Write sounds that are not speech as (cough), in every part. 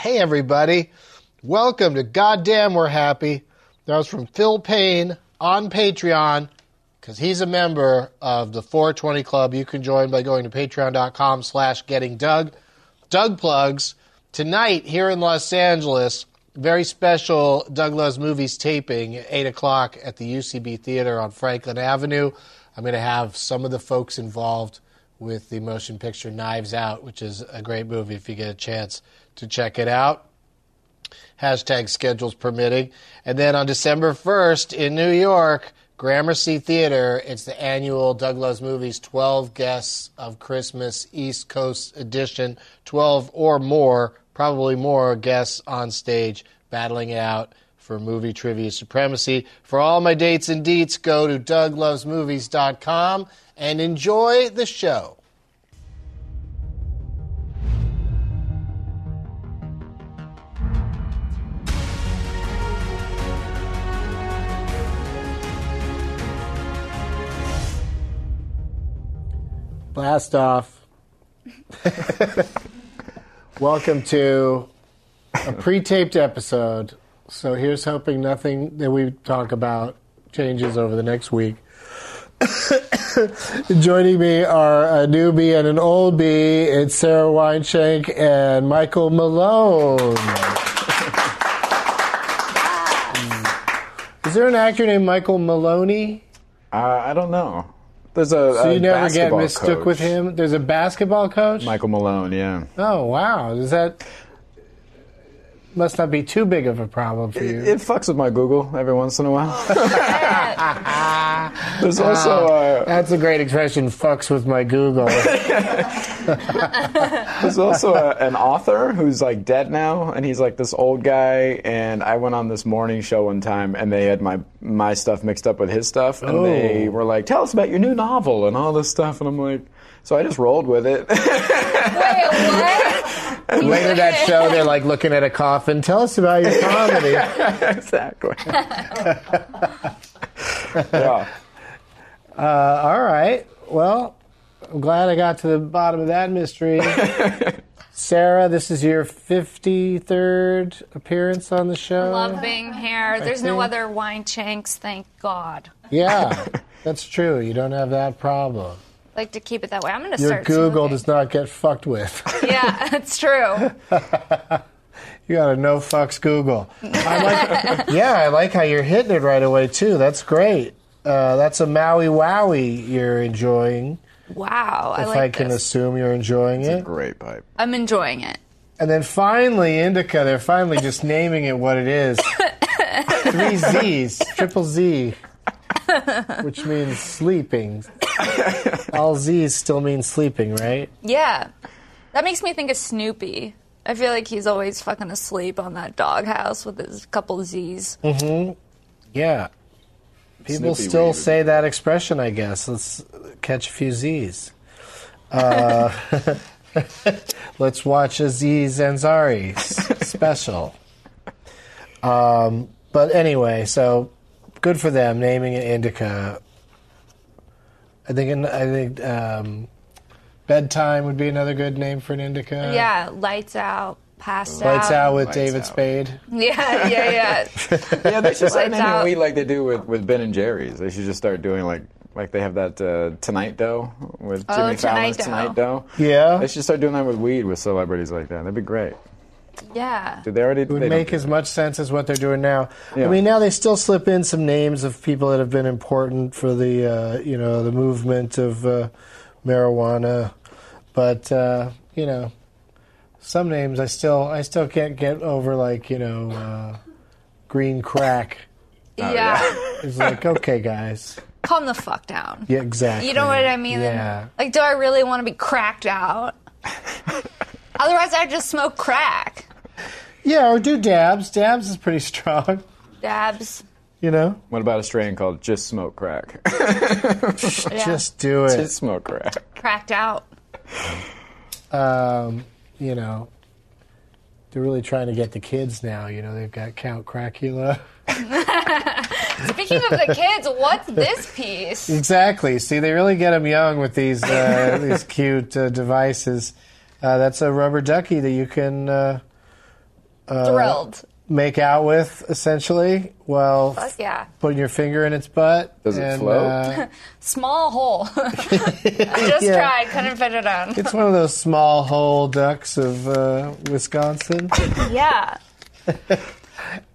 Hey, everybody. Welcome to Goddamn We're Happy. That was from Phil Payne on Patreon because he's a member of the 420 Club. You can join by going to patreon.com slash getting Doug. Doug plugs. Tonight here in Los Angeles, very special Doug Loves Movies taping at 8 o'clock at the UCB Theater on Franklin Avenue. I'm going to have some of the folks involved with the motion picture Knives Out, which is a great movie if you get a chance to check it out hashtag schedules permitting. And then on December 1st in New York, Gramercy Theater, it's the annual Doug Loves Movies 12 Guests of Christmas East Coast Edition, 12 or more, probably more guests on stage battling it out for movie trivia supremacy. For all my dates and deets, go to douglovesmovies.com and enjoy the show. Blast off. Welcome to a pre taped episode. So here's hoping nothing that we talk about changes over the next week. (coughs) Joining me are a newbie and an old bee. It's Sarah Weinshank and Michael Malone. Is there an actor named Michael Maloney? Uh, I don't know. There's a So a you never get basketball mistook coach. with him. There's a basketball coach. Michael Malone, yeah. Oh wow! Does that must not be too big of a problem for you? It fucks with my Google every once in (laughs) a while. There's also a, That's a great expression. Fucks with my Google. there's also a, an author who's like dead now, and he's like this old guy. And I went on this morning show one time, and they had my my stuff mixed up with his stuff, and they Oh. were like, "Tell us about your new novel and all this stuff," and I'm like. So I just rolled with it. (laughs) Wait, what? Later that show, they're like looking at a coffin. Tell us about your (laughs) comedy. exactly. yeah. Uh, all right. Well, I'm glad I got to the bottom of that (laughs) mystery. Sarah, this is your 53rd appearance on the (laughs) show. Love being here. There's no think- other wine chanks, thank God. Yeah, that's true. You don't have that problem. Like to keep it that way. I'm gonna Your start. Google smoking. does not get fucked with. Yeah, (laughs) it's true. You got a no fucks Google. I like, (laughs) yeah, I like how you're hitting it right away too. That's great. Uh, that's a Maui Wowie you're enjoying. Wow, I If like I can this. assume you're enjoying it. Great pipe. I'm enjoying it. And then finally, Indica. They're (laughs) finally just naming it what it is. Three Z's, triple Z, which means sleeping. All Z's still means sleeping, right? Yeah, that makes me think of Snoopy. I feel like he's always fucking asleep on that doghouse with his couple Z's. Yeah. People Snippy still weed. say that expression, I guess. Let's catch a few Z's. Uh, (laughs) let's watch a Z's Ansari s- special. Um, but anyway, so good for them naming it Indica. I think I think um, bedtime would be another good name for an Indica. Yeah, lights out, passed lights out with Lights David Out. Spade. (laughs) Yeah, yeah, yeah. (laughs) Yeah, they should Lights start naming out. wheat like they do with, with Ben and Jerry's. They should just start doing like like they have that uh, Tonight Dough with Oh, Jimmy Fallon's Tonight Tonight Dough. Dough. Yeah. they should start doing that with weed with celebrities like that. That'd be great. yeah. Oh, Did they already? It they would don't make do as much sense as what they're doing now. I Yeah. mean, now they still slip in some names of people that have been important for the uh, you know the movement of uh, marijuana, but uh, you know some names I still I still can't get over like you know uh, green crack. yeah. It's (laughs) like okay, guys, Calm the fuck down. yeah, exactly. You know what I mean? Yeah. Like, do I really want to be cracked (laughs) out? Otherwise, I'd just smoke crack. Yeah, or do dabs. Dabs is pretty (laughs) strong. Dabs. You know, What about a strain called Just Smoke Crack? (laughs) Yeah. just do it. Just Smoke Crack. cracked out. um, you know, they're really trying to get the kids now. You know, they've got Count Cracula. Speaking of the kids, what's this piece? (laughs) Exactly. See, they really get them young with these (laughs) uh, these cute uh, devices. Uh, that's a rubber ducky that you can uh, Thrilled. make out with, essentially, while Fuck yeah. putting your finger in its butt. Does it and, float? uh, (laughs) Small hole. (laughs) I just Yeah. tried, couldn't fit it on. it's one of those small hole ducks of uh, Wisconsin. yeah.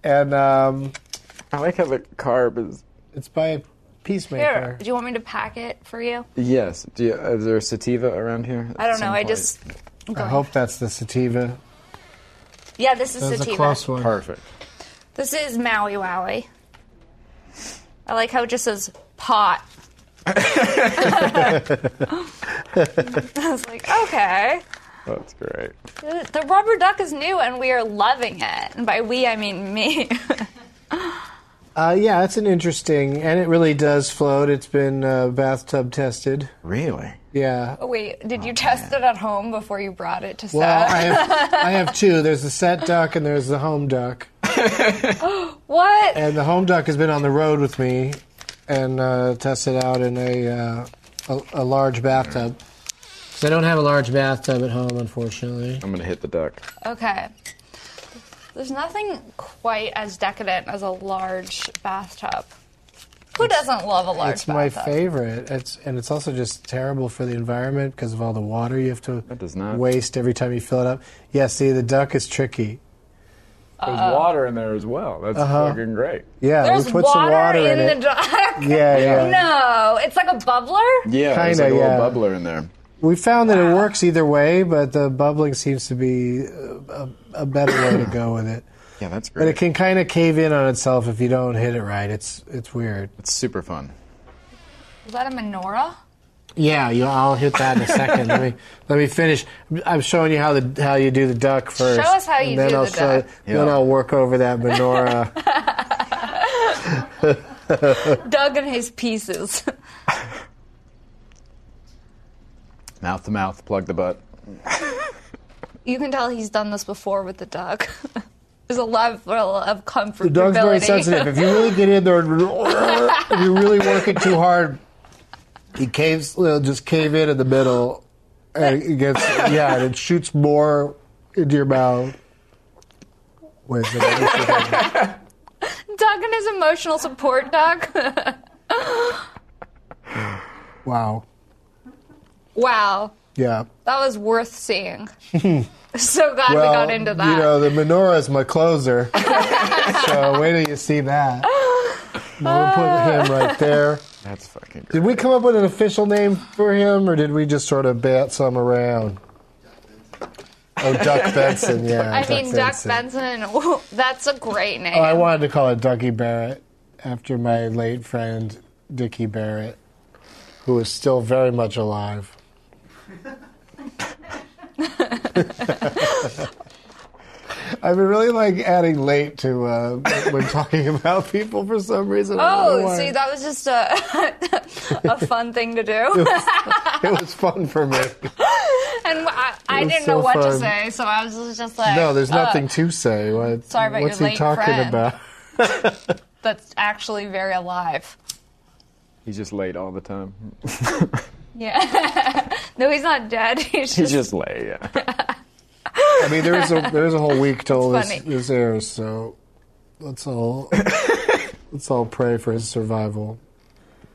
and um, I like how the carb is. it's by a peacemaker. Here, do you want me to pack it for you? Yes. Do you, is there sativa around here? I don't know. I just. I hope that's the sativa. Yeah, this is That's a sativa. close one. Perfect. This is Maui Wowie. I like how it just says pot. (laughs) I was like, okay. That's great. The the rubber duck is new and we are loving it. And by we, I mean me. (laughs) Uh, yeah, it's an interesting, and it really does float. It's been uh, bathtub tested. Really? Yeah. Oh, Wait, did you test it at home before you brought it to Oh, Well, Seth? I have, (laughs) I have two. There's the set duck and there's the home duck. what? And the home duck has been on the road with me and uh, tested out in a, uh, a a large bathtub. 'Cause I don't have a large bathtub at home, unfortunately. I'm gonna hit the duck. Okay. There's nothing quite as decadent as a large bathtub. Who doesn't love a large It's my bathtub? favorite. It's and it's also just terrible for the environment because of all the water you have to does not- waste every time you fill it up. Yeah, see, the duck is tricky. There's water in there as well. That's Uh-huh. fucking great. Yeah, There's we put water, some water in, in, it. the duck. yeah, yeah. No, it's like a bubbler. Yeah, there's Kinda, like a yeah. little bubbler in there. We found that it works either way, but the bubbling seems to be a, a, a better way to go with it. Yeah, that's great. But it can kind of cave in on itself if you don't hit it right. It's it's weird. it's super fun. Is that a menorah? Yeah, you, I'll hit that in a second. let me let me finish. I'm showing you how the how you do the duck first. us how you and then do I'll the show- duck. Then Yeah. I'll work over that menorah. Doug and his pieces. (laughs) Mouth to mouth, plug the butt. you can tell he's done this before with the duck. (laughs) There's a level of comfort. The dog's very sensitive. If you really get in there, and (laughs) if you really work it too hard, he caves. He'll just cave in in the middle, and it gets yeah, and it shoots more into your mouth. Wait, a second. (laughs) Doug and his emotional support dog. wow, (laughs) wow, yeah. that was worth (laughs) seeing. so glad we got into that. you know the menorah is my (laughs) closer, so wait till you see that. We'll put him right there. That's fucking great. Did we come up with an official name for him, or did we just sort of bat some around? Oh, Duck (laughs) Benson, yeah. I mean, Duck Benson. (laughs) that's a great name. Oh, I wanted to call it Ducky Barrett after my late friend Dickie Barrett, who is still very much alive. (laughs) I've been really like adding late to uh, when talking about people for some reason. I don't know Oh, why. see, that was just a (laughs) a fun thing to do, (laughs) it was fun for me. and I, I was didn't so know what fun. to say, so I was just like, (laughs) No, there's uh, nothing to say. What, sorry about what's your he late talking friend. (laughs) about? that's actually very alive." He's just late all the time. Yeah. (laughs) no, he's not dead. (laughs) He's He's just just. late. Yeah. I mean, there is a there is a whole week till That's this, funny. this airs, so let's (coughs) all let's all pray for his survival.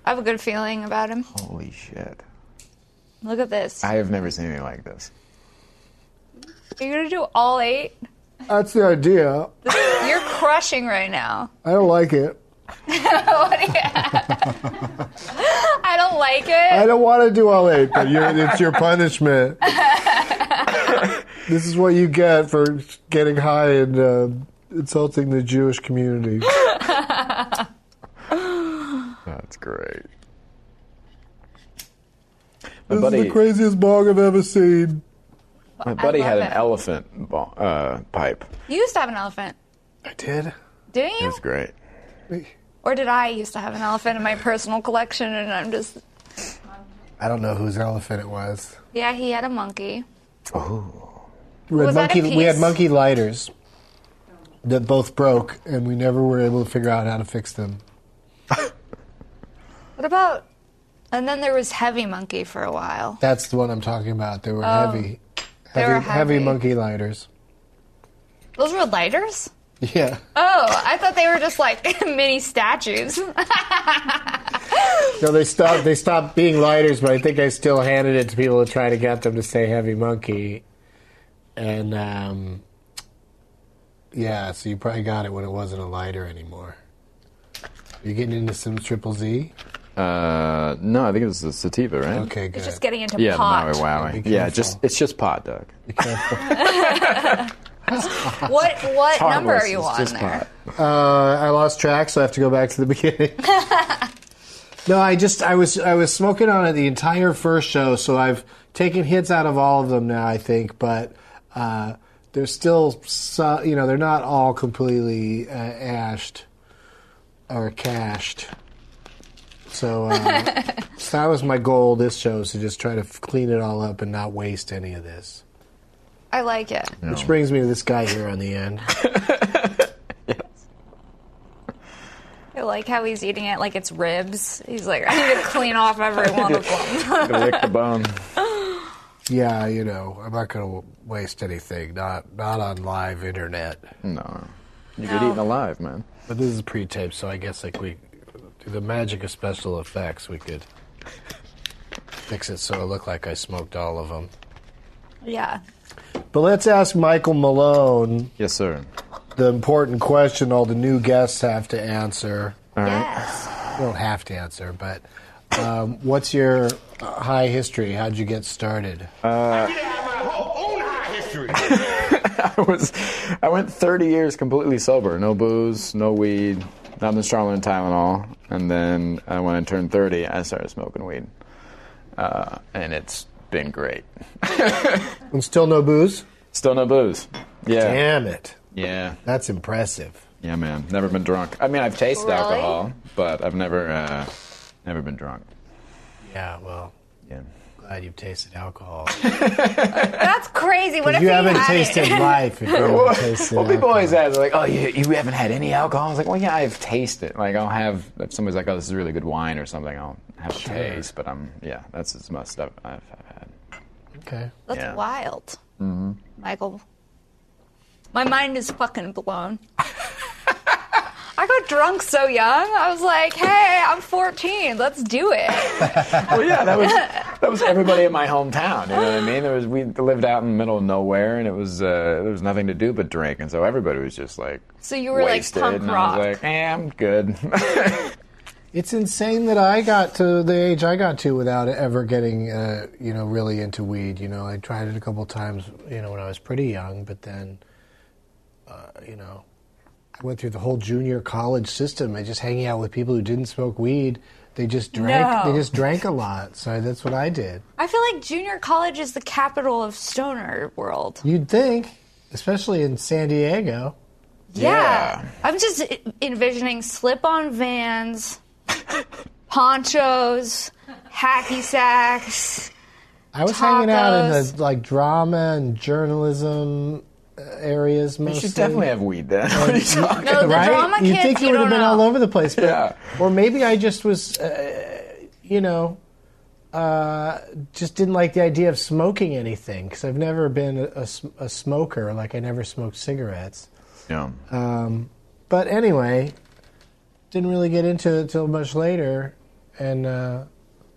I have a good feeling about him. Holy shit! Look at this. Oh. I have never seen anything like this. You're gonna do all eight. That's the idea. You're crushing (laughs) right now. I don't like it. Oh, What do you- (laughs) I don't like I Uh, it. don't want to do all eight, but you it's your punishment. (coughs) this is what you get for getting high and uh, insulting the Jewish community. That's great. My This is buddy, the craziest bong I've ever seen. my buddy love had an it. elephant bo- uh, pipe. You used to have an elephant, I did. didn't It you? was great. Or did I used to have an elephant in my personal collection? And I'm just, I don't know whose elephant it was. yeah, he had a monkey. We had Was that monkey. a We had piece? monkey lighters that both broke, and we never were able to figure out how to fix them. What about? And then there was heavy monkey for a while. That's the one I'm talking about. They were heavy, they were Oh. heavy. monkey lighters. Those were lighters? Yeah. Oh, I thought they were just like (laughs) mini statues. No, they stopped. They stopped being lighters, but I think I still handed it to people to try to get them to say "heavy monkey," and um, yeah. So you probably got it when it wasn't a lighter anymore. You're getting into some triple Z. Uh, no, I think it was the sativa, right? Okay, good. just getting into Yeah, the pot. Maui Wowie. Be Yeah, careful. just it's just pot, Doug. What what number Harmless, are you it's on just there? Uh, I lost track, so I have to go back to the (laughs) beginning. no, I just I was I was smoking on it the entire first show, so I've taken hits out of all of them now. I think, but uh, they're still so, you know they're not all completely uh, ashed or cashed. So uh, so that was my goal this show is to just try to f- clean it all up and not waste any of this. I like it. Which brings me to this guy here on the end. I like how he's eating it like it's ribs. He's like, I need to clean off every one of them. Gotta lick the bone. Yeah, you know, I'm not going to waste anything. Not not on live internet. No, you get eaten alive, man. But this is pre-taped, so I guess like we through the magic of special effects, we could fix it so it looked like I smoked all of them. yeah. But let's ask Michael Malone Yes, sir. the important question all the new guests have to answer. All right. Yes. You don't have to answer, but um, what's your uh, high history? How'd you get started? I have my whole own high history. I (laughs) was, I went 30 years completely sober, no booze, no weed, nothing stronger than Tylenol. And then uh, when I turned 30, I started smoking weed, uh, and it's been great. And still no booze? Still no booze. Yeah. Damn it. Yeah. That's impressive. Yeah, man. Never been drunk. I mean, I've tasted Really? alcohol, but I've never, uh, never been drunk. Yeah, well, Yeah. glad you've tasted alcohol. That's crazy. What if You he haven't had tasted It? life if you haven't tasted Well, alcohol. people always ask, like, "Oh, you, you haven't had any alcohol?" I was like, "Well, yeah, I've tasted. Like, I'll have if somebody's like, "Oh, this is really good wine" or something. I'll have a taste, but I'm yeah, that's as much stuff I've, I've had. Okay. That's Yeah. wild. Michael, my mind is fucking blown. (laughs) I got drunk so young. I was like, hey, I'm 14. Let's do it. Well, yeah, that (laughs) was that was everybody in my hometown. You know what I mean? There was we lived out in the middle of nowhere, and it was uh, there was nothing to do but drink, and so everybody was just like So you were wasted, like and punk I rock. was like, eh, I'm good. (laughs) It's insane that I got to the age I got to without ever getting, uh, you know, really into weed. You know, I tried it a couple times, you know, when I was pretty young, but then, uh, you know, I went through the whole junior college system and just hanging out with people who didn't smoke weed. They just drank. No. They just drank a lot. So that's what I did. I feel like junior college is the capital of stoner world. You'd think, especially in San Diego. Yeah. Yeah. I'm just e- envisioning slip on vans, (laughs) ponchos, hacky sacks. I was hanging out in Tacos. the like drama and journalism uh, areas mostly. you should definitely have weed then. (laughs) What are you talking No, the about? right? drama you kids, think you, you would have don't been all know. over the place, but, (laughs) Yeah. or maybe I just was, uh, you know, uh, just didn't like the idea of smoking anything because I've never been a, a sm- a smoker. Like I never smoked cigarettes. No. But anyway, didn't really get into it till much later, and uh,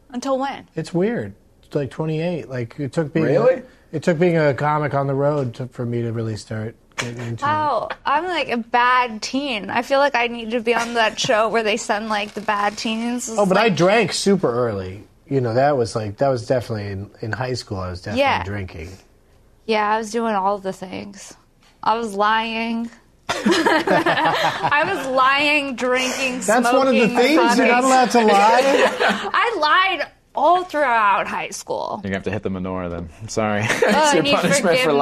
Until when? it's weird. It's like 28. Like it took being Really? it took being a comic on the road to, for me to really start getting into it. Oh, I'm like a bad teen. I feel like I need to be on that show where they send like the bad teens. Oh, but I drank super early. You know, that was like that was definitely in, in high school. I was definitely Yeah. drinking. yeah, I was doing all the things. I was (laughs) lying. I was lying, drinking, That's one of the smoking things you're not narcotics. allowed to (laughs) lie. I lied all throughout high school. You're gonna have to hit the menorah then. I'm (laughs) sorry. That's I your need punishment for Uh, forgiveness.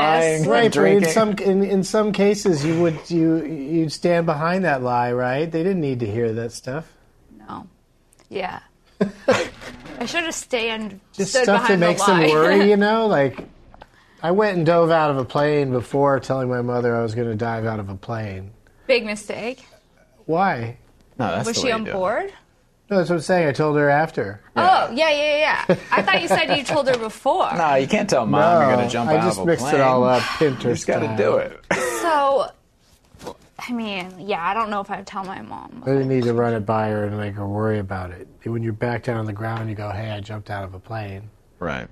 lying. right, and but in drinking. some in, in some cases you would you you'd stand behind that lie, right? They didn't need to hear that stuff. Oh. No. (laughs) Yeah. I should have stand, Just stood stuff that behind makes the lie. (laughs) them worry, (laughs) you know? Like I went and dove out of a plane before telling my mother I was going to dive out of a plane. Big mistake. Why? No, that's Was the she way on you do it. board? No, that's what I'm saying. I told her after. Oh, yeah, yeah, yeah. I thought you said (laughs) you told her before. No, you can't tell mom you're going to jump I out just of a mixed plane. it all up. Pinterest. You just got to do it. (laughs) So, I mean, yeah, I don't know if I'd tell my mom. I didn't need to run it by her and make her worry about it. When you're back down on the ground, you go, "Hey, I jumped out of a plane," right.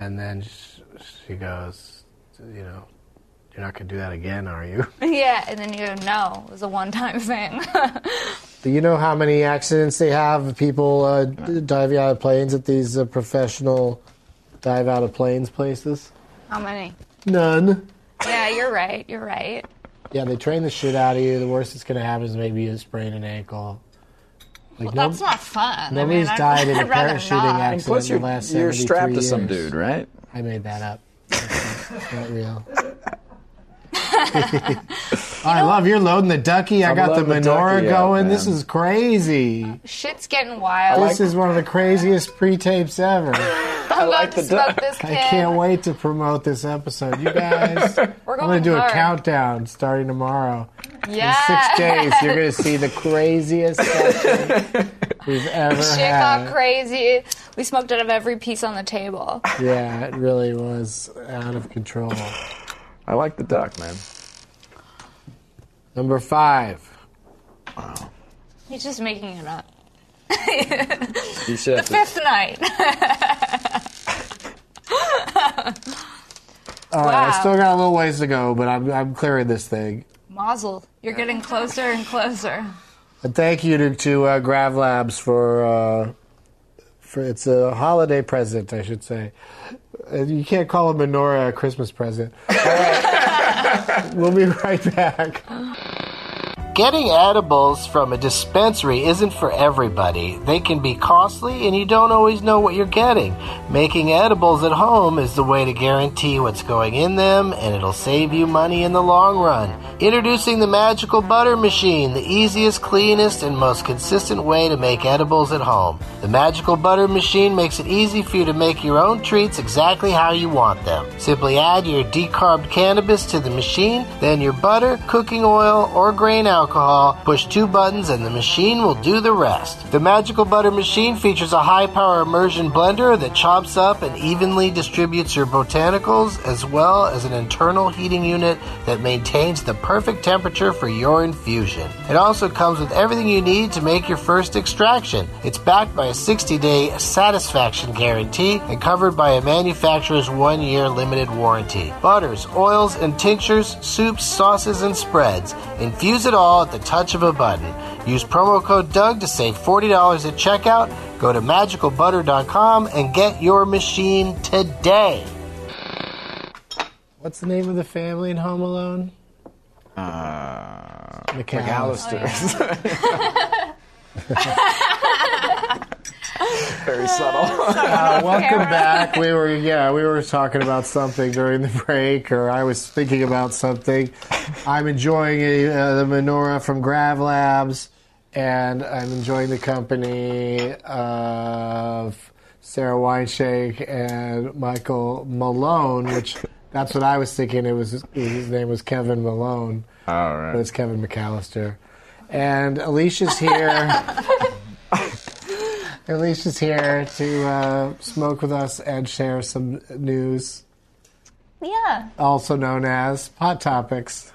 and then sh- she goes, "You know, you're not going to do that again, are you?" (laughs) (laughs) Yeah, and then you go, no, it was a one-time (laughs) thing. Do you know how many accidents they have of people uh, d- diving out of planes at these uh, professional dive out of planes places? How many? None. Yeah, you're right. You're right. Yeah, they train the shit out of you. The worst that's going to happen is maybe you sprain an ankle. Well, Like no- that's not fun. nobody's I mean, died I'd, in (laughs) a I'd rather parachuting not. accident. And plus, in the you're, last you're 73 strapped to some years. dude, right? I made that (laughs) up. That's (laughs) not real. I love you're loading the ducky. I I'm got the loading the menorah ducky up, going. this man. is crazy. Shit's getting wild. This is one of the craziest pre-tapes ever. (laughs) I'm about like to the smoke duck. this kid. I can't wait to promote this episode. You (laughs) guys, We're going I'm going to do hard. a countdown starting tomorrow. Yeah. Six days, you're going to see the (laughs) craziest session we've ever Shit got had. crazy. We smoked out of every piece on the table. Yeah, it really was out of control. I like the duck, man. Number five. He's just making it up. You (laughs) should have (laughs) to, Fifth night. All right, I Wow. still got a little ways to go, but I'm, I'm clearing this thing. Mazel. You're getting closer and closer. And thank you to, to uh, Grav Labs for uh, for it's a holiday present, I should say. Uh, You can't call a menorah a Christmas present. All right. we'll be right back. Getting edibles from a dispensary isn't for everybody. They can be costly and you don't always know what you're getting. Making edibles at home is the way to guarantee what's going in them and it'll save you money in the long run. Introducing the Magical Butter Machine, the easiest, cleanest, and most consistent way to make edibles at home. The Magical Butter Machine makes it easy for you to make your own treats exactly how you want them. Simply add your decarbed cannabis to the machine, then your butter, cooking oil, or grain alcohol. Push two buttons and the machine will do the rest. The Magical Butter Machine features a high power immersion blender that chops up and evenly distributes your botanicals, as well as an internal heating unit that maintains the perfect temperature for your infusion. It also comes with everything you need to make your first extraction. It's backed by a 60 day satisfaction guarantee and covered by a manufacturer's one year limited warranty. Butters, oils, and tinctures, soups, sauces, and spreads. Infuse it all at the touch of a button. Use promo code DOUG to save $40 at checkout. Go to magicalbutter.com and get your machine today. What's the name of the family in Home Alone? uh, McAllister. Oh, (laughs) very subtle. Uh, welcome back. We were yeah, we were talking about something during the break, or I was thinking about something. I'm enjoying a, uh, the menorah from Grav Labs, and I'm enjoying the company of Sarah Weinshake and Michael Malone, which that's what I was thinking. It was his name was Kevin Malone, all but right. it's Kevin McAllister. And Alicia's (laughs) here. Alicia's here to uh, smoke with us and share some news, Yeah. also known as Pot Topics.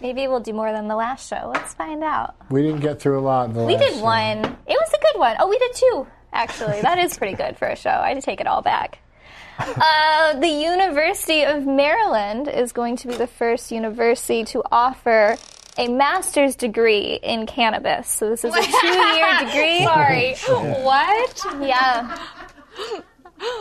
Maybe we'll do more than the last show. Let's find out. We didn't get through a lot in the We last did show. one. It was a good one. Oh, we did two, actually. That is pretty good for a show. I take it all back. Uh, the University of Maryland is going to be the first university to offer a master's degree in cannabis. So this is a two-year degree. Sorry. what? Yeah.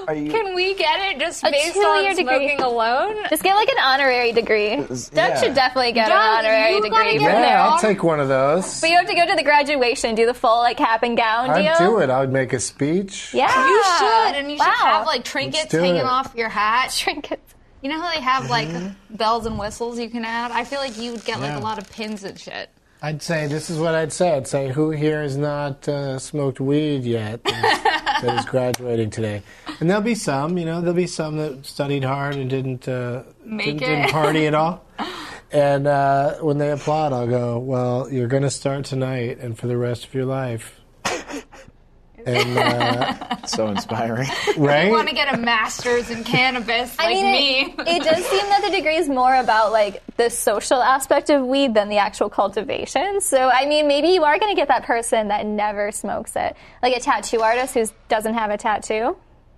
Are you, Can we get it just A based two-year on degree. smoking alone? Just get like an honorary degree. Doug yeah. should definitely get Doug, an honorary you gotta degree get from that. there. Yeah, I'll They're- take one of those. But you have to go to the graduation, do the full like cap and gown deal. I'd do it. I'd make a speech. Yeah. You should, and you Wow. should have like trinkets do hanging it. off your hat. (laughs) trinkets. You know how they have like bells and whistles you can add? I feel like you would get like Mm-hmm. Yeah. a lot of pins and shit. I'd say this is what I'd say. I'd say who here has not uh, smoked weed yet (laughs) that is- that is graduating today, and there'll be some. You know, there'll be some that studied hard and didn't uh, Make didn't, didn't it. (laughs) party at all. And uh, when they applaud, I'll go, Well, you're going to start tonight and for the rest of (laughs) your life. And, uh, So inspiring. right? want to get a master's in cannabis like me. It, it does seem that the degree is more about like the social aspect of weed than the actual cultivation. So I mean, maybe you are going to get that person that never smokes it, like a tattoo artist who doesn't have a tattoo.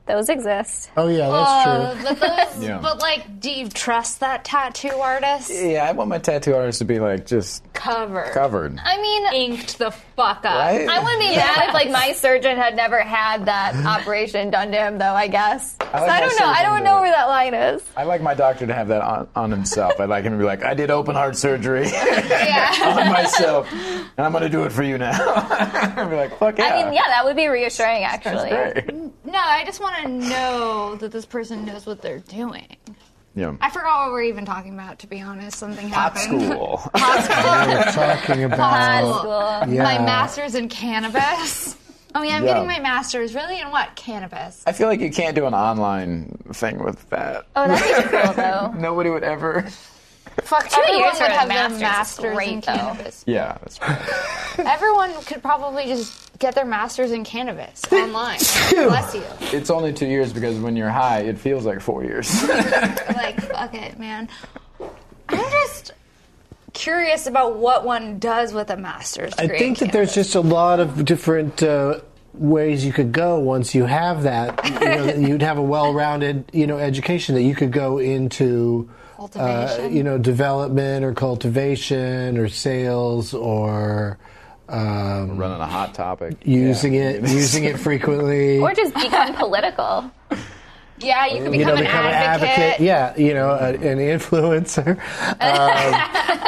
Those exist. oh, yeah, that's true. Uh, but, those, Yeah. but like, do you trust that tattoo artist? (laughs) yeah, I want my tattoo artist to be like just Covered. covered. I mean, Inked the fuck up. Right? I wouldn't be mad if like my surgeon had never had that operation done to him, though. I guess. so my I don't know. I surgeon don't to- know where that line (laughs) is. I like my doctor to have that on, on himself. I'd like him to be like, I did open heart surgery (laughs) on myself, and I'm going to do it for you now. (laughs) I'd be like, fuck yeah. I mean, yeah, that would be reassuring, actually. Great. No, I just want to know that this person knows what they're doing. Yeah. I forgot what we were even talking about, to be honest. Something Hot happened. school. We're Oh, talking High about. school. Yeah. My master's in cannabis. (laughs) Oh, yeah, I'm Yeah. getting my master's. Really? In what? Cannabis. I feel like you can't do an online thing with that. Oh, that's pretty cool, though. Nobody would ever. Fuck, two years for would a have their master's is master's in great, though. cannabis. Yeah, that's right. Everyone could probably just get their master's in cannabis online. Bless you. It's only two years because when you're high, it feels like four years. like fuck it man i'm just curious about what one does with a master's I degree think in that there's cannabis. just a lot of different uh, ways you could go once you have (laughs) that. You know, that you'd have a well-rounded, you know, education that you could go into, uh, Cultivation. you know, development or cultivation or sales or um, (laughs) Running a hot topic. using it, using it (laughs) frequently. Or just become political. yeah you could become, you know, an, become advocate. an advocate. Yeah, you know, a, an (laughs) influencer. Um,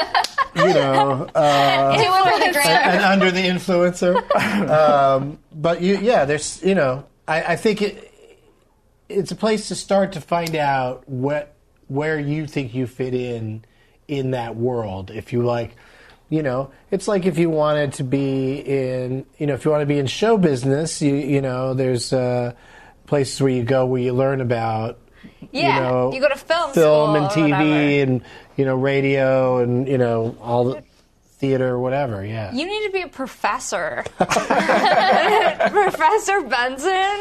you know, uh, Do it for the grand- and under the influencer. Um, but you, yeah, there's, you know, I, I think it, it's a place to start to find out what where you think you fit in in that world. If you like, you know, it's like if you wanted to be in, you know, if you want to be in show business, you you know, there's uh, places where you go where you learn about. Yeah, you, know, you go to film film school and or TV whatever. and you know radio and you know all the theater or whatever. Yeah, you need to be a (laughs) professor professor benson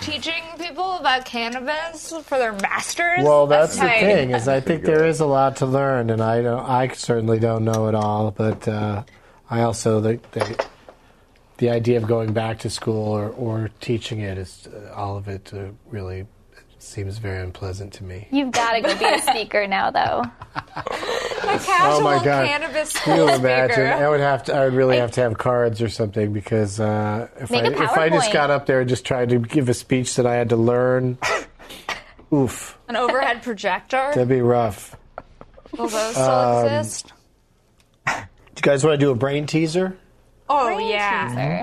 teaching people about cannabis for their masters Well, that's, the tight. thing is, I think there is a lot to learn, and I don't, I certainly don't know it all, but uh, I also the, the the idea of going back to school or, or teaching it is uh, all of it uh, really seems very unpleasant to (laughs) me. You've got to go (laughs) be a speaker now, though. a casual Oh my God. cannabis Can school you imagine? speaker. I would have to. I would really have to have cards or something because uh, if I Make a if I just PowerPoint. got up there and just tried to give a speech that I had to (laughs) learn, oof, an overhead projector that'd be rough. will those still um, exist Do you guys want to do a brain teaser? oh yeah Teaser.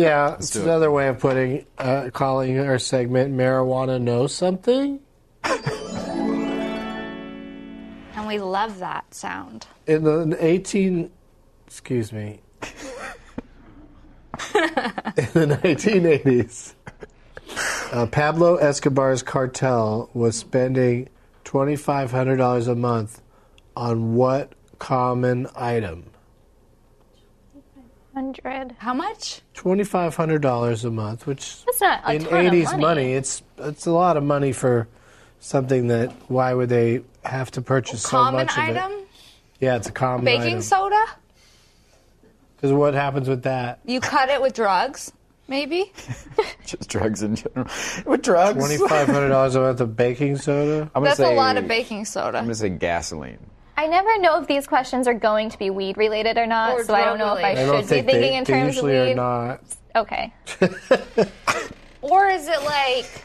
Yeah, it's do it. another way of putting uh, calling our segment "Marijuana Knows Something." and we love that sound In the in the eighteen, excuse (laughs) me, in the nineteen eighties, uh, Pablo Escobar's cartel was spending twenty five hundred dollars a month on what common item? Mm-hmm. Hundred. how much Twenty five hundred dollars a month, which That's not a in ton of 80s money. it's it's a lot of money for something that why would they have to purchase so common much item of it yeah it's a common baking item soda because what happens with (laughs) that you cut it with drugs maybe Just drugs in general. With drugs. $2500 a month of baking (laughs) soda I'm gonna that's a say- lot of baking soda I'm going to say gasoline. I never know if these questions are going to be weed related or not, Or so I don't know if I drug-related. i don't should be think thinking they, in they terms of usually weed. are not (laughs) Okay. or is it like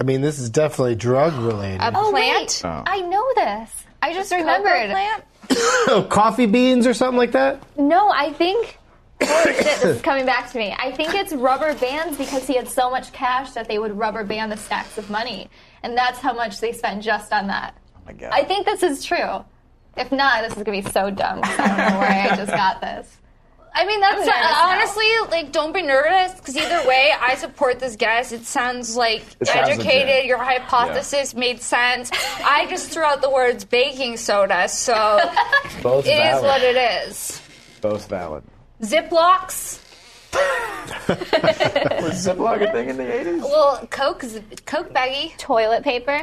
i mean this is definitely drug related a plant Oh. I know this. i just Cocoa remembered plant? (laughs) coffee beans or something like that No, I (coughs) think. Holy shit, this is coming back to me. I think it's rubber bands because he had so much cash that they would rubber band the stacks of money, and that's how much they spent just on that. Oh my God. I think this is true. If not, this is gonna be so dumb. 'cause I don't know where I just got this. I mean, that's So, not, honestly, like, don't be nervous because either way, I support this guess. It sounds like It sounds legit. educated. Your hypothesis made sense. I just threw out the words baking (laughs) soda, so Both it is valid. what it is. Both valid. Ziplocs. Was Ziploc a thing in the 80s? Well, Coke, zip- Coke baggie. toilet paper.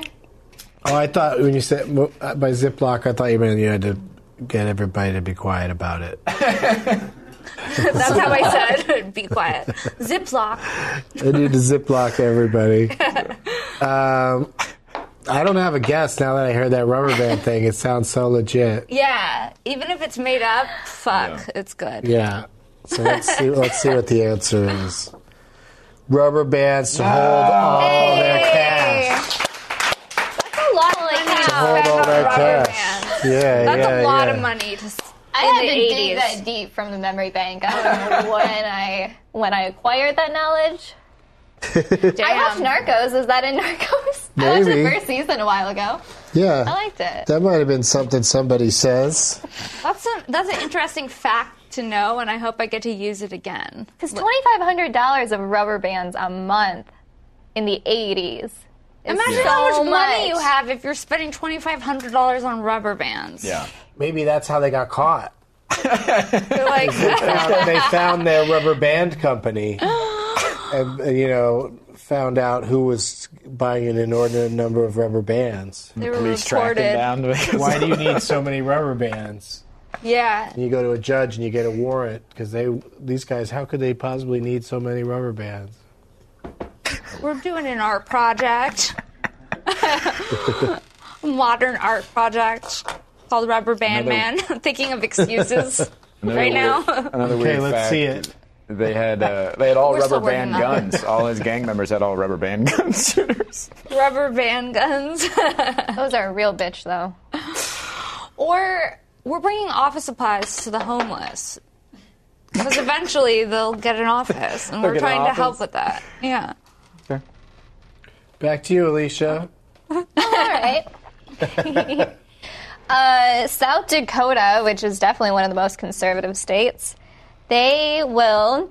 Oh, I thought when you said well, uh, by Ziploc, I thought you meant you had to get everybody to be quiet about it. That's how I said. Be (laughs) quiet. Ziploc. I need to Ziploc (laughs) everybody. Um, I don't have a guess now that I heard that rubber band thing. It sounds so legit. Yeah, even if it's made up, fuck, it's good. Yeah. So let's see. Let's see what the answer is. Rubber bands to hold all their cash. That's a lot of like. To Hold all their rubber cash. bands. Yeah, That's yeah, a lot yeah. of money to. s- I in had the to dig 80s. that deep from the memory bank. I don't (laughs) know when I when I acquired that knowledge. I watched Narcos. Is that in Narcos? I watched Maybe. the first season a while ago. Yeah. I liked it. that might have been something somebody says. That's a, that's an interesting fact to know, and I hope I get to use it again. Because twenty five hundred dollars of rubber bands a month in the eighties. Imagine so how much, money much. you have if you're spending twenty five hundred dollars on rubber bands. Yeah. Maybe that's how they got caught. (laughs) They're like, they found their rubber band (gasps) company and you know found out who was buying an inordinate number of rubber bands they were Police tracked him reported. down because why do you (laughs) need so many rubber bands Yeah, you go to a judge and you get a warrant because they these guys how could they possibly need so many rubber bands we're doing an art project, (laughs) modern art project called Rubber Band Another- Man. (laughs) Thinking (laughs) of excuses right now. (laughs) Another okay weird let's fact, see it They had uh, they had all We're rubber still working band on it. guns. All his gang members had all rubber band (laughs) gun shooters. rubber band guns. (laughs) Those are a real bitch though. Or we're bringing office supplies to the homeless. Because eventually they'll get an office, and They'll we're get an trying to help office. with that. Yeah. back to you alicia All right. (laughs) uh, South Dakota, which is definitely one of the most conservative states, they will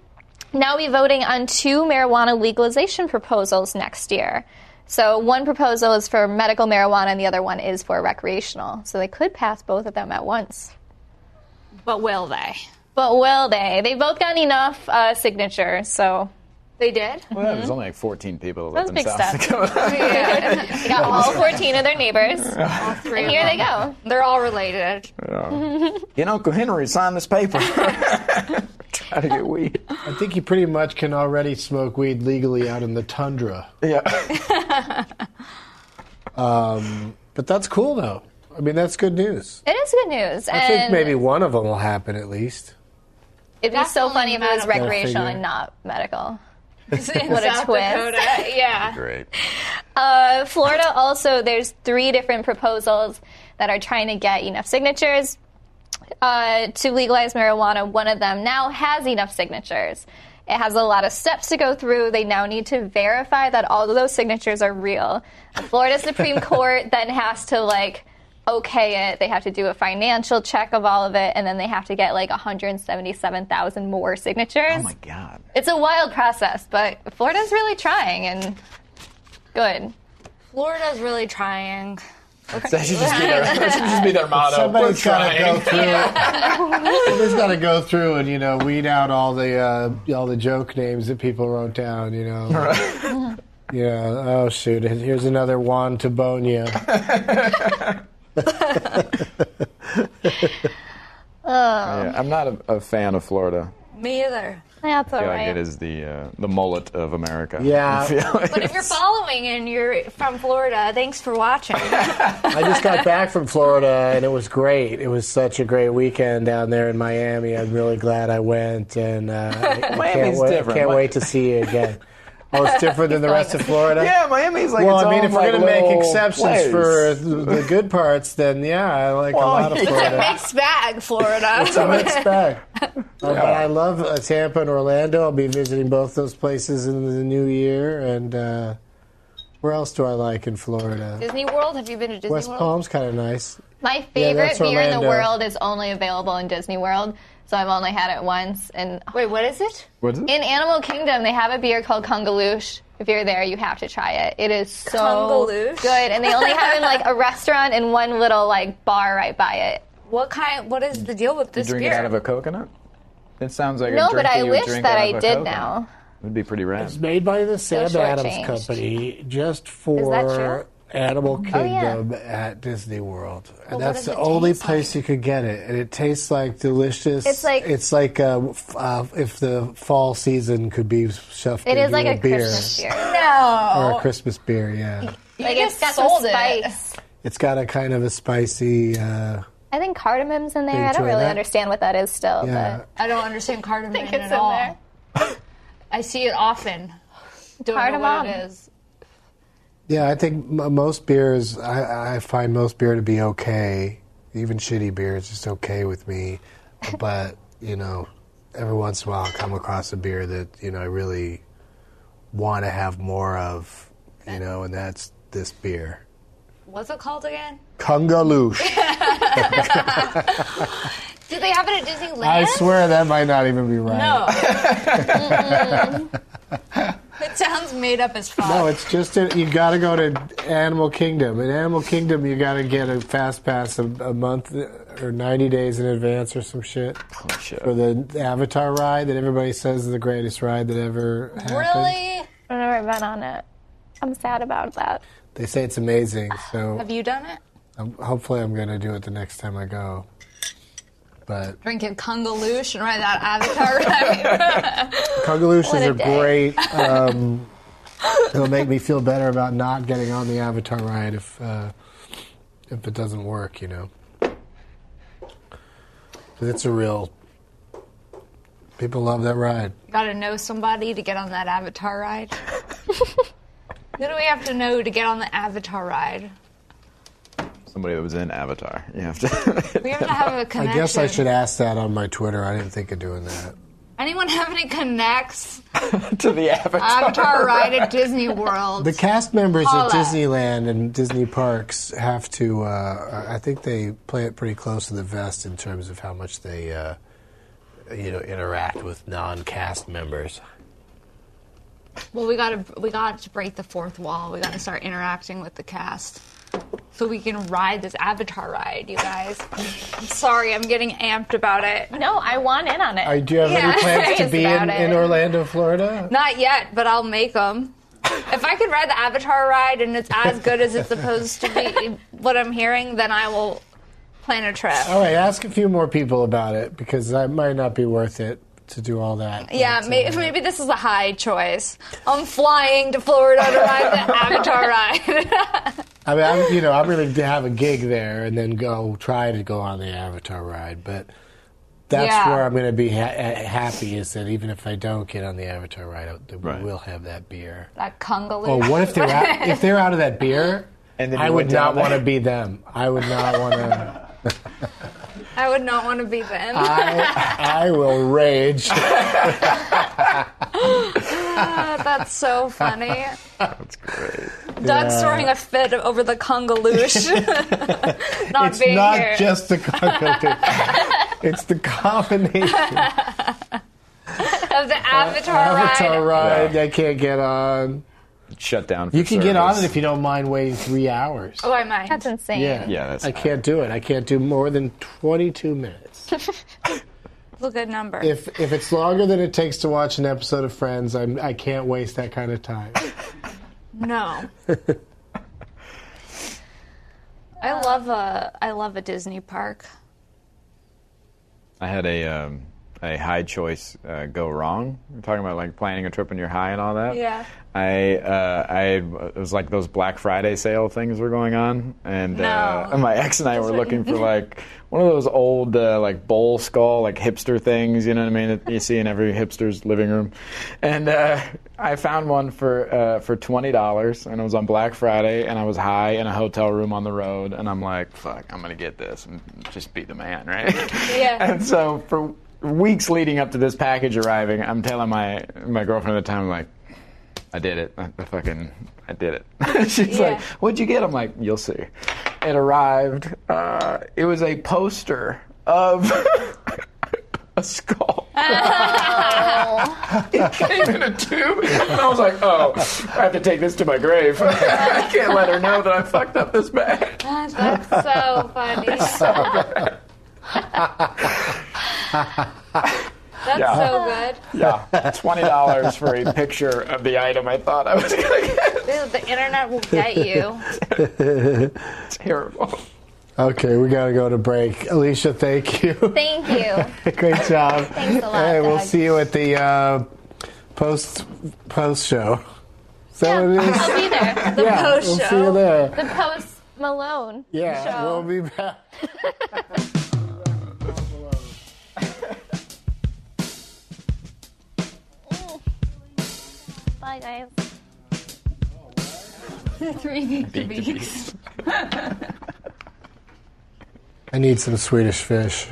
now be voting on two marijuana legalization proposals next year. So, one proposal is for medical marijuana, and the other one is for recreational. So, they could pass both of them at once. But will they? But will they? They both got enough uh, signatures, so They did? Well, yeah, there's only like 14 people that That's live in big South stuff. Dakota. (laughs) (laughs) they got all 14 of their neighbors. Three Here they go. They're all related. You know, Uncle Henry signed this paper. (laughs) (laughs) Try to get weed. i think you pretty much can already smoke weed legally out in the tundra Yeah. (laughs) but that's cool though i mean that's good news It is good news. i think and- maybe one of them will happen at least It'd be That's so the only funny if it was amount of- recreational Gotta and not medical. (laughs) what a twist. Yeah. Great. Uh, Florida also, there's three different proposals that are trying to get enough signatures uh, to legalize marijuana. One of them now has enough signatures. It has a lot of steps to go through. They now need to verify that all of those signatures are real. The Florida (laughs) Supreme Court then has to like okay it. They have to do a financial check of all of it, and then they have to get like 177,000 more signatures. Oh my God. It's a wild process, but Florida's really trying and good. Florida's really trying. That should just be their, that should just be their motto. We're Somebody's got to trying. go through. (laughs) Somebody's got to go through and you know weed out all the uh, all the joke names that people wrote down. You know. (laughs) Yeah. Oh shoot! Here's another Juan Tabonia. Yeah, I'm not a, a fan of Florida. Me either. That's all I feel like it right. is the uh, the mullet of America. Yeah. (laughs) I feel like But if you're following and you're from Florida, thanks for (laughs) watching. I just got back from Florida and it was great. It was such a great weekend down there in Miami. I'm really glad I went and uh, I- I, can't, (laughs) Miami's wait, different. can't wait to see you again. Oh, it's different than the rest of Florida. (laughs) yeah, Miami's like. Well, its I mean, own, if like, we're going to make little exceptions place. for th- the good parts, then yeah, I like a Well, lot of yeah. Florida. Mixed bag, Florida. It's a mixed bag. Uh, But I love uh, Tampa and Orlando. I'll be visiting both those places in the new year, and uh, Where else do I like in Florida? Disney World. Have you been to Disney West World? Palm's kind of nice. My Yeah, favorite that's beer in the Orlando. world is only available in Disney World, so I've only had it once. And Wait, what is it? What is it? in Animal Kingdom, they have a beer called Congaloosh. If you're there, you have to try it. It is so Congaloosh? good, and they only have it in like a restaurant and one little like bar right by it. What kind? What is the deal with this drink beer? it out of a coconut? That sounds like No, a drink but I you would wish drink out that I of a did coconut. now. It would be pretty rad. It's made by the Sam Adams shortchanged. Company just that for true? Oh, Animal yeah. Kingdom at Disney World. and that's does the it only taste place you could get it. And it tastes like delicious. It's like- it's like uh, f- uh, if the fall season could be shoved It into is like a, beer Christmas beer. Oh. or no. a Christmas beer. Yeah, like just it's got some sold it. spice. it's got a kind of a spicy. Uh, I think cardamom's in Did you there. I don't try really that? understand what that is still, yeah, I don't understand cardamom think it's at in all. there. I see it often. Don't know what it Cardamom. is. yeah. I think m- most beers. I, I find most beer to be okay. Even shitty beer is just okay with me. But you know, every once in a while, I'll come across a beer that you know I really want to have more of. You know, and that's this beer, What's it called again? Kungaloosh. Do they have it at Disneyland? I swear that might not even be right. (laughs) No. it sounds made up as fuck. No, it's just a, you got to go to Animal Kingdom. In Animal Kingdom, you got to get a fast pass a, a month or ninety days in advance or some shit Oh, shit. for the Avatar ride that everybody says is the greatest ride that ever happened. really. I've never been on it. I'm sad about that. They say it's amazing, so Have you done it? I'm, hopefully I'm gonna do it the next time I go. But Drinking Kungaloosh and ride that avatar ride. (laughs) Kungaloosh is a a day. great. Um, it'll make me feel better about not getting on the Avatar ride if uh, if it doesn't work, you know. 'Cause it's a real. People love that ride. Gotta know somebody to get on that avatar (laughs) ride. Who do we have to know to get on the avatar ride? Somebody that was in Avatar. (laughs) You have to. We have to have a I connection. guess I should ask that on my Twitter. I didn't think of doing that. Anyone have any connects? to the Avatar. Avatar ride at Disney World. The cast members Holla. at Disneyland and Disney parks have to. Uh, I think they play it pretty close to the vest in terms of how much they, uh, you know, interact with non-cast members. Well, we gotta we got to break the fourth wall. We gotta start interacting with the cast so we can ride this Avatar ride, you guys. I'm sorry, I'm getting amped about it. No, I want in on it. Uh, do you have any Yeah. plans to Curious be in, about it. in Orlando, Florida? Not yet, but I'll make them. If I could ride the Avatar ride and it's as good as it's supposed to be, what I'm hearing, then I will plan a trip. All right, ask a few more people about it because that might not be worth it to do all that. Yeah, But, may- uh, maybe this is a high choice. I'm flying to Florida to ride the Avatar ride. (laughs) I mean, I'm, you know, I'm going to have a gig there and then go try to go on the Avatar ride, but that's Yeah. where I'm going to be ha- ha- happy is that even if I don't get on the Avatar ride, I- that Right. we will have that beer. that Kungaloo. Well, what if they're out, if they're out of that beer? (laughs) And then I you would went down not want to there. be them. I would not want to. I would not want to be them. Ah. I, I will rage. (laughs) (laughs) That's so funny. That's great. Doug's Yeah. throwing a fit over (laughs) the Kungaloosh. not It's being not here. just the (laughs) cocktail. it's the combination of the Avatar, avatar ride. ride Yeah. they can't get on. Shut down. For You can get on it service. if you don't mind waiting three hours. Oh, I might. That's insane. Yeah, Yeah, that's I fine. can't do it. I can't do more than twenty-two minutes. That's a good number. if if it's longer than it takes to watch an episode of Friends, I'm I can't waste that kind of time. no. (laughs) I love a I love a Disney (laughs) park. I had a um, a high choice uh, go wrong. We're talking about like planning a trip when you're high and all that. Yeah. I uh, I it was like those Black Friday sale things were going on, and, uh, No. (laughs) and my ex and I were looking for like one of those old uh, like bowl skull like hipster things. You know what I mean? That you see in every hipster's living room, and uh, I found one for uh, for twenty dollars, and it was on Black Friday, and I was high in a hotel room on the road, and I'm like, fuck, I'm gonna get this and just be the man, right? Yeah. And so for weeks leading up to this package arriving, I'm telling my my girlfriend at the time, like, I did it. I, I fucking, I did it. (laughs) She's like, what'd you get? I'm like, you'll see. It arrived. Uh, it was a poster of (laughs) a skull. (laughs) it came in a tube. And I was like, oh, I have to take this to my grave. (laughs) I can't let her know that I fucked up this bad. That's so funny. That's (laughs) Yeah. so good. Yeah, twenty dollars for a picture of the item I thought I was gonna get. Dude, the internet will get (laughs) you. Terrible. Okay, we got to go to break. Alicia, (laughs) thank you. Thank you. Great job. Thanks a lot, Hey, we'll Doug. see you at the uh, post post show. Is that what it is? I'll be there. The Yeah, post we'll show. see you there. The post Malone. Yeah, show. we'll be back. Bye, guys. I need some Swedish fish.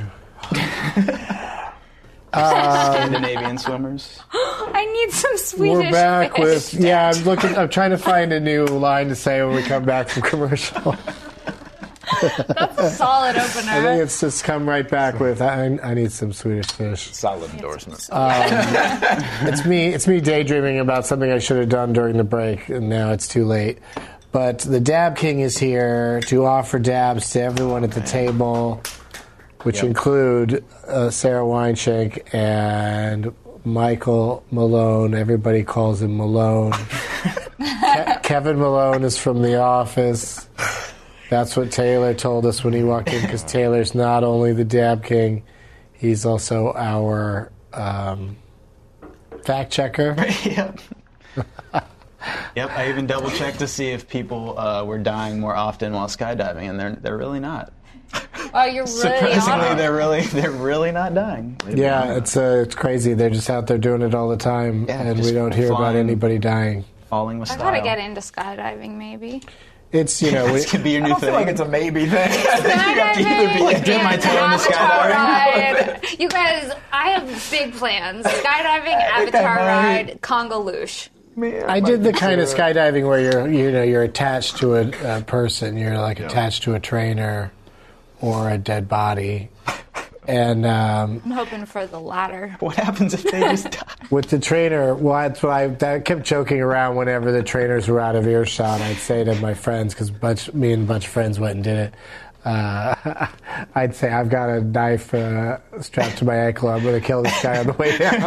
Scandinavian swimmers. I need some Swedish. We're back fish. with yeah. (laughs) I'm looking. I'm trying to find a new line to say when we come back from commercial. (laughs) solid I think opener. it's just come right back with I, I need some Swedish fish. Solid endorsement. It's me. It's me daydreaming about something I should have done during the break, and now it's too late. But the Dab King is here to offer dabs to everyone at the table, which include uh, Sarah Wineshank and Michael Malone. Everybody calls him Malone. Ke- Kevin Malone is from The Office. That's what Taylor told us when he walked in, because Taylor's not only the Dab King, he's also our um, fact checker. yep. (laughs) yep. I even double checked to see if people uh, were dying more often while skydiving, and they're they're really not. Oh, you're really on Surprisingly, it. they're really they're really not dying. Yeah, it's uh, it's crazy. They're just out there doing it all the time, Yeah, and we just don't hear about flying. anybody dying. Falling with I style. gotta get into skydiving, maybe. It's you (laughs) know, we, This could be your new I feel thing. like it's a maybe (laughs) thing. I think you have to either be Like, dip my toe in the Avatar skydiving. ride. You guys, I have big plans. Skydiving, think I avatar might. ride, Congoloosh. I did the kind of skydiving where you're you know you're attached to a, a person, you're like attached to a trainer or a dead body, and um, I'm hoping for the latter. (laughs) What happens if they (laughs) just die? with the trainer, well, that's why I, that kept joking around whenever the trainers were out of earshot. I'd say to my friends because bunch me and a bunch of friends went and did it. Uh, (laughs) I'd say I've got a knife uh, strapped to my ankle. I'm going to kill this guy on the way down.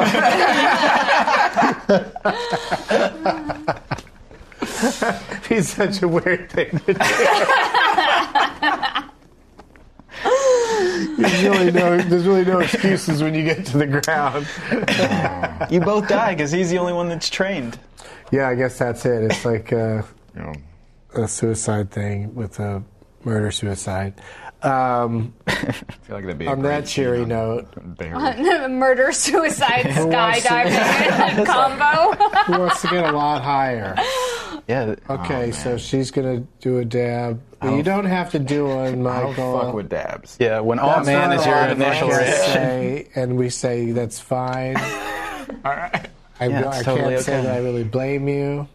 (laughs) He's such a weird thing (laughs) to do. There's really, no, there's really no excuses when you get to the ground. You both die because he's the only one that's trained. Yeah, I guess that's it. It's like a, a suicide thing with a murder suicide. Um, I feel like that'd be on that cheery note, Murder, suicide, wants to- skydiving (laughs) combo. who wants to get a lot (laughs) higher? Oh, Yeah. th- Okay, Oh, man. so she's gonna do a dab. don't- you don't have to do one, I don't Michael. fuck with dabs. Yeah. When all That's man not is a your lot of initial us reaction. Say, and we say that's (laughs) fine. I, Yeah, don't- it's I totally can't say okay. that I really blame you.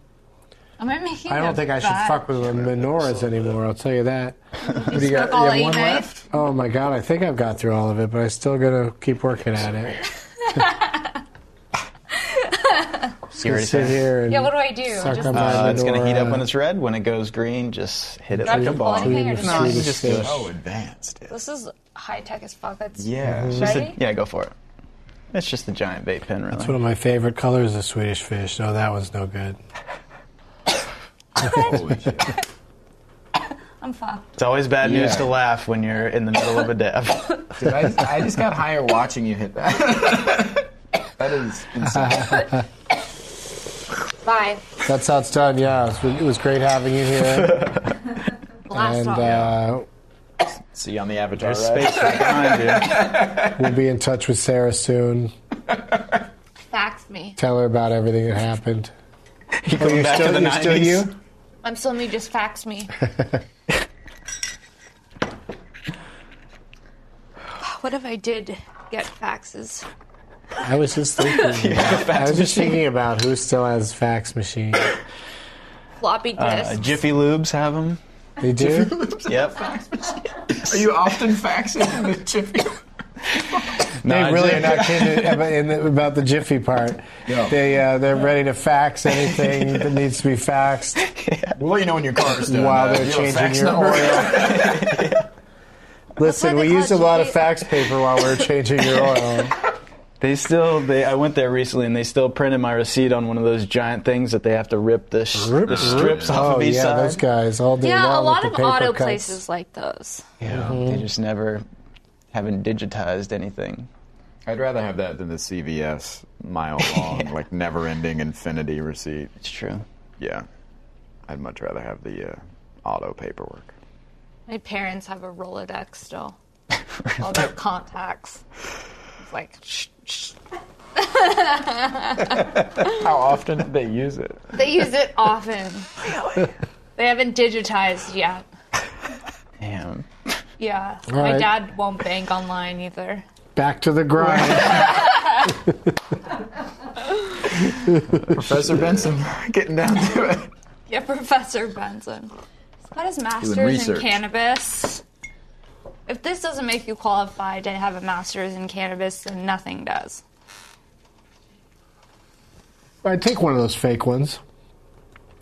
Am I making I don't a think I should bad- fuck with the menorahs anymore. I'll tell you that. What do you got? all You have eight one nights? left? Oh my god! I think I've got through all of it, but I'm still gonna keep working at it. You already Sit said- here and Yeah, what do I do? suck Just on my Uh, it's going to heat up menorah. when it's red. When it goes green, just hit it Grab like a the ball. ball. Between or the just- No, you Swedish just do it. fish. Oh, advanced. This is high tech as fuck. That's Yeah. it's just a- Ready? yeah. Go for it. It's just a giant vape pen, really. It's one of my favorite colors of Swedish fish. No, that one's no good. Holy shit. I'm fucked. It's always bad news Yeah. to laugh when you're in the middle of a dab. Dude, I, I just got higher watching you hit that. (laughs) that is insane. Bye. That's how it's done. Yeah, it was, it was great having you (laughs) here. Blast and uh, off. See you on the Avatar. There's ride. space right behind you. we'll be in touch with Sarah soon. Fax me. Tell her about everything that happened. (laughs) You going you're back still- to the you're 90s? still you? I'm still me. Just fax me. what if I did get faxes? I was just (laughs) thinking. I was just thinking about who still has fax machine. Floppy disk. Uh, Jiffy Lubes have them. They (laughs) do. Yep. Are you often faxing the Jiffy? (laughs) They Nah, really Jiffy- are not kidding about, in the, about the Jiffy part. No. They uh, they're ready to fax anything that needs to be faxed We'll let you know when your car is done. while Uh, they're you have a changing fax your number? oil. (laughs) Listen, why we they used a call it lot of Jiffy- fax paper while we were changing your (laughs) oil. (laughs) They still. They. I went there recently, and they still printed my receipt on one of those giant things that they have to rip the, sh- the strips off Oh of each yeah, side. those guys all day yeah, a long lot of with the paper auto cuts. places like those. Yeah, they just never haven't digitized anything. I'd rather have that than the CVS (laughs) mile long, like never ending infinity receipt. It's true. Yeah. I'd much rather have the uh, auto paperwork. My parents have a (laughs) Rolodex still. All their contacts. It's like, shh, shh. How often did they use it? They use it often. (laughs) they haven't digitized yet. Damn. Yeah. right. My dad won't bank online either. Back to the grind. (laughs) Professor Benson (laughs) getting down to it. Yeah, (laughs) Professor Benson. He's got his master's in research. cannabis. If this doesn't make you qualified to have a master's in cannabis, then nothing does. I take one of those fake ones,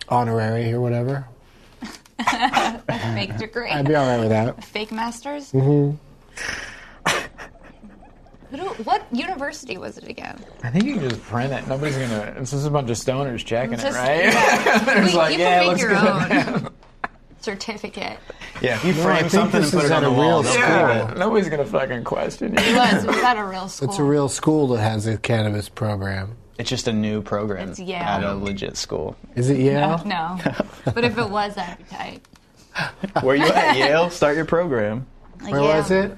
honorary or whatever. Fake degree. I'd be all right with that. Fake masters? Mm-hmm. Who do, what university was it again? I think you can just print it. Nobody's gonna. It's just a bunch of stoners checking Just- it, right? Wait, like, you yeah, it can make looks your good. (laughs) own certificate. Yeah, if you I frame think something and this put is it on at a the wall, real they'll school. prove it. Yeah, nobody's gonna fucking question It you. was. It was at a real school. It's a real school that has a cannabis program. It's just a new program It's yeah. at a legit school. Is it Yale? Uh, No. But if it was, that'd be tight. (laughs) Where you at, Yale? Start your program. Where was it?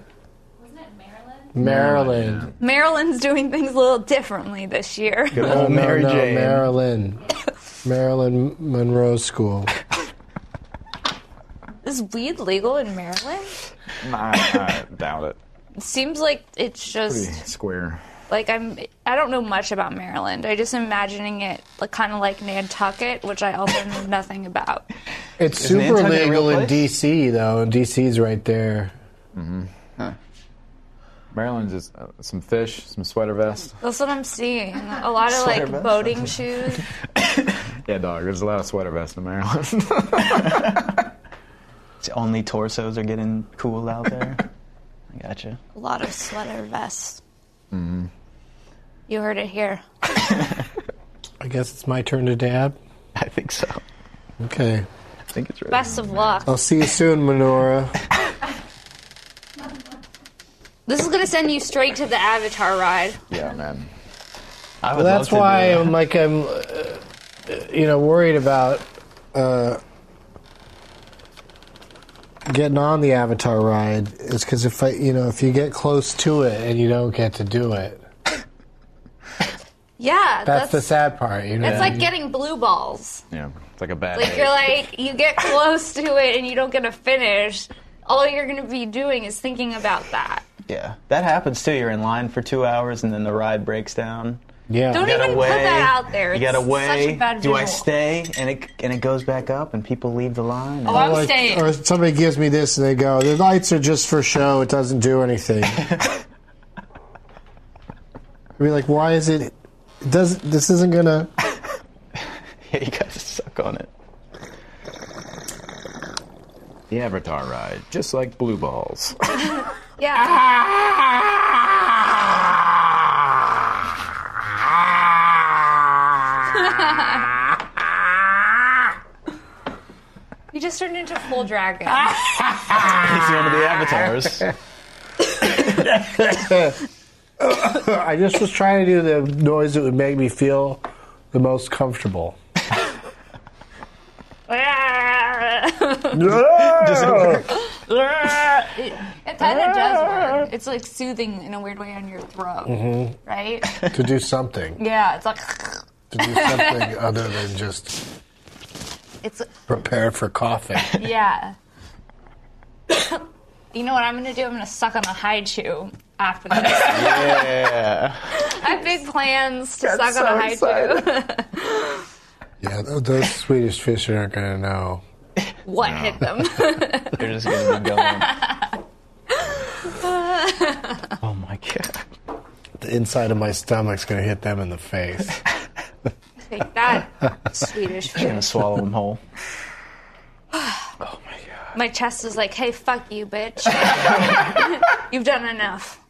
Wasn't it Maryland? Maryland. Maryland's doing things a little differently this year. Good old No, Oh, Mary no, Jane. Maryland. Maryland Monroe School. (laughs) Is weed legal in Maryland? Nah, I doubt it. Seems like it's just Square. like I'm. I don't know much about Maryland. I just imagining it like kind of like Nantucket, which I also know nothing about. It's Isn't super Nantucket a real legal in place? D.C. though, and D.C.'s right there. Maryland's just uh, some fish, some sweater vest. That's what I'm seeing. A (laughs) lot of Sweater vest. like boating shoes. Yeah, dog. There's a lot of sweater vests in Maryland. (laughs) It's only torsos are getting cool out (laughs) there. I gotcha. A lot of sweater vests. Mm-hmm. You heard it here. I guess it's my turn to dab. I think so. Okay. I think it's right. Best of luck. I'll see you soon, (laughs) Menorah. This is gonna send you straight to the Avatar ride. yeah, man. I would That's love to why do that. I'm like I'm, uh, you know, worried about uh, getting on the Avatar ride. Is because if I, you know, if you get close to it and you don't get to do it, Yeah, that's, that's, the sad part. You know, it's like getting blue balls. Yeah, it's like a bad. Like egg. you're like you get close to it and you don't get to finish. All you're gonna be doing is thinking about that. Yeah, that happens too. You're in line for two hours, and then the ride breaks down. yeah. Don't You gotta even weigh. put that out there. You gotta It's weigh. Such a bad Do I visual. stay? And it and it goes back up, and people leave the line. Oh, I'm Like- staying. or somebody gives me this and they go, "The lights are just for show. It doesn't do (laughs) anything." I mean, like, why is it? it does this isn't gonna? yeah, (laughs) you gotta suck on it. the Avatar ride, just like blue (laughs) balls. yeah. You just turned into a full dragon. Ah. (laughs) He's one of the avatars. I just was trying to do the noise that would make me feel the most (laughs) comfortable. Oh. It kind of does work. It's like soothing in a weird way on your throat, Mm-hmm. right? to do something, Yeah, it's like (laughs) to do (laughs) something other than just it's prepare for coughing. (coughs) yeah. you know what I'm gonna do? I'm gonna suck on a high chew. after this. Yeah. (laughs) I have big plans to (laughs) That's suck on a high so (laughs) too. Yeah, th- those Swedish fish aren't going to know. What hit them? They're just gonna (laughs) be going. oh my god. The inside of my stomach's going to hit them in the face. Take that, Swedish. Just gonna swallow (laughs) them whole. My chest is like, hey, fuck you, bitch. You've done enough.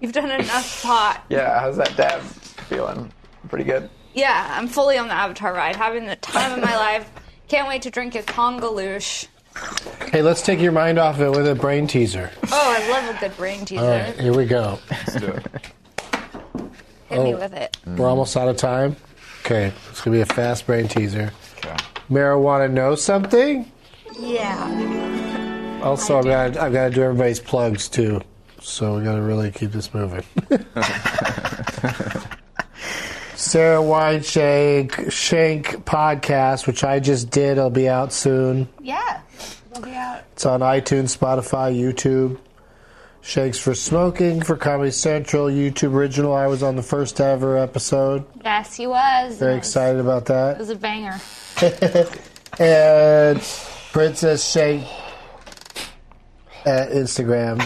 You've done enough pot. Yeah, how's that dab feeling? Pretty good. Yeah, I'm fully on the Avatar ride, having the time of my life. Can't wait to drink a congaloosh. Hey, let's take your mind off it with a brain teaser. Oh, I love a good brain teaser. All right, here we go. Let's do it. Hit me with it. We're almost out of time. Okay, it's going to be a fast brain teaser. (laughs) Okay. Marijuana knows something? Yeah. Also, I've got I've got to do everybody's plugs too, so we got to really keep this moving. Sarah Wineshank Shank podcast, which I just did, will be out soon. Yeah. We'll be out. It's on iTunes, Spotify, YouTube. Shanks for smoking for Comedy Central YouTube original. I was on the first ever episode. Yes, he was. Very It was- excited about It that. was a banger. And Princess Shank at Instagram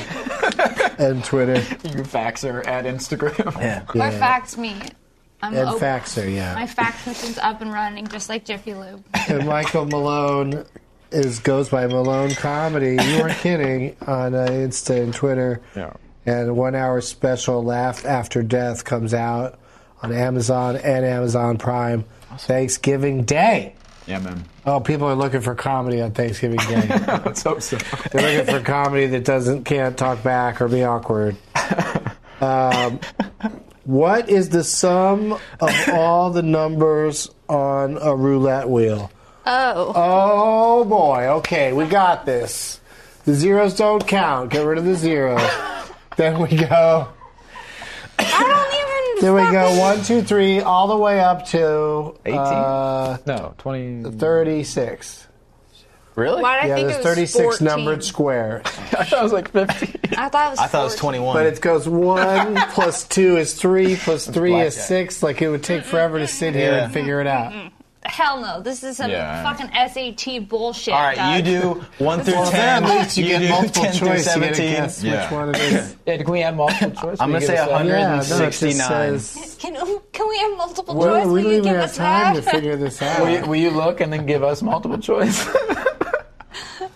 and Twitter. You can fax her at Instagram. Yeah. Or fax me. I'm And open. Faxer, yeah. Oh. My fax machine's up and running, just like Jiffy Lube. and Michael Malone is goes by Malone Comedy. You (laughs) weren't kidding on uh, Insta and Twitter. (laughs) Yeah. And one hour special Laugh After Death comes out on Amazon and Amazon Prime Thanksgiving Day. Yeah, man. Oh, people are looking for comedy on Thanksgiving Day. Let's hope so. They're looking for comedy that doesn't can't talk back or be awkward. Um, what is the sum of all the numbers on a roulette wheel? Oh. Oh boy, okay, we got this. The zeros don't count. Get rid of the zeros. then we go. I don't even. Then we go one, two, three, all the way up to 18? uh, No, 20. thirty-six. Really? Why did I Yeah, think there's it was thirty-six 14? numbered squares, I thought it was like 50. I thought it was. I thought it was 14. 21. but it goes (laughs) one plus two is three plus three is blackjack. six. Like it would take forever to sit here Yeah. and figure it out. Hell no! This is some Yeah. fucking SAT bullshit. All right, you do one through ten. At least you, get do multiple 10 through choice. You get to 17. guess Yeah. which one it is. Yeah, can we have multiple choice? I'm gonna We say give us 100. Yeah, no, it just 169. says- Can, can we have multiple Well, choice? we Will don't you even give have us time to that? figure this out. Will you, will you look and then give us multiple (laughs) choice? (laughs)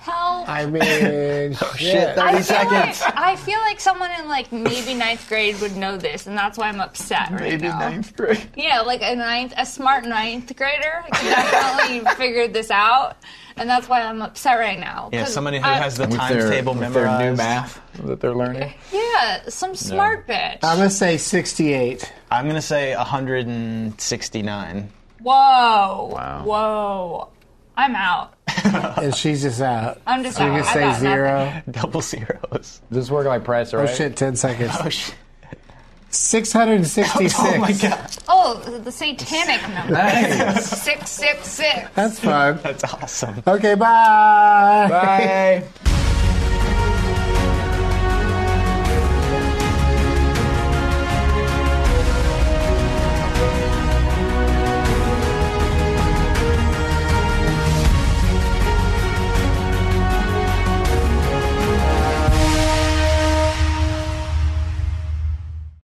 Hell. I mean, Shit, 30 I feel, seconds. like, I feel like someone in like maybe ninth grade would know this, and that's why I'm upset right Maybe now. ninth grade. Yeah, like a ninth, a smart ninth grader (laughs) could definitely figured this out, and that's why I'm upset right now. Yeah, 'Cause somebody who I- has the timetable with their memorized. new math that they're learning. yeah, some smart bitch. I'm gonna say 68. I'm gonna say 169. Whoa, Wow. whoa, I'm out. and she's just out. I'm just So out. you can I say got zero. Double (laughs) zeros. This is working like price, right? Oh shit, 10 seconds. Oh shit. 666. (laughs) Oh my god. Oh, the satanic number Nice. six six six. That's fun. That's awesome. Okay, bye. Bye.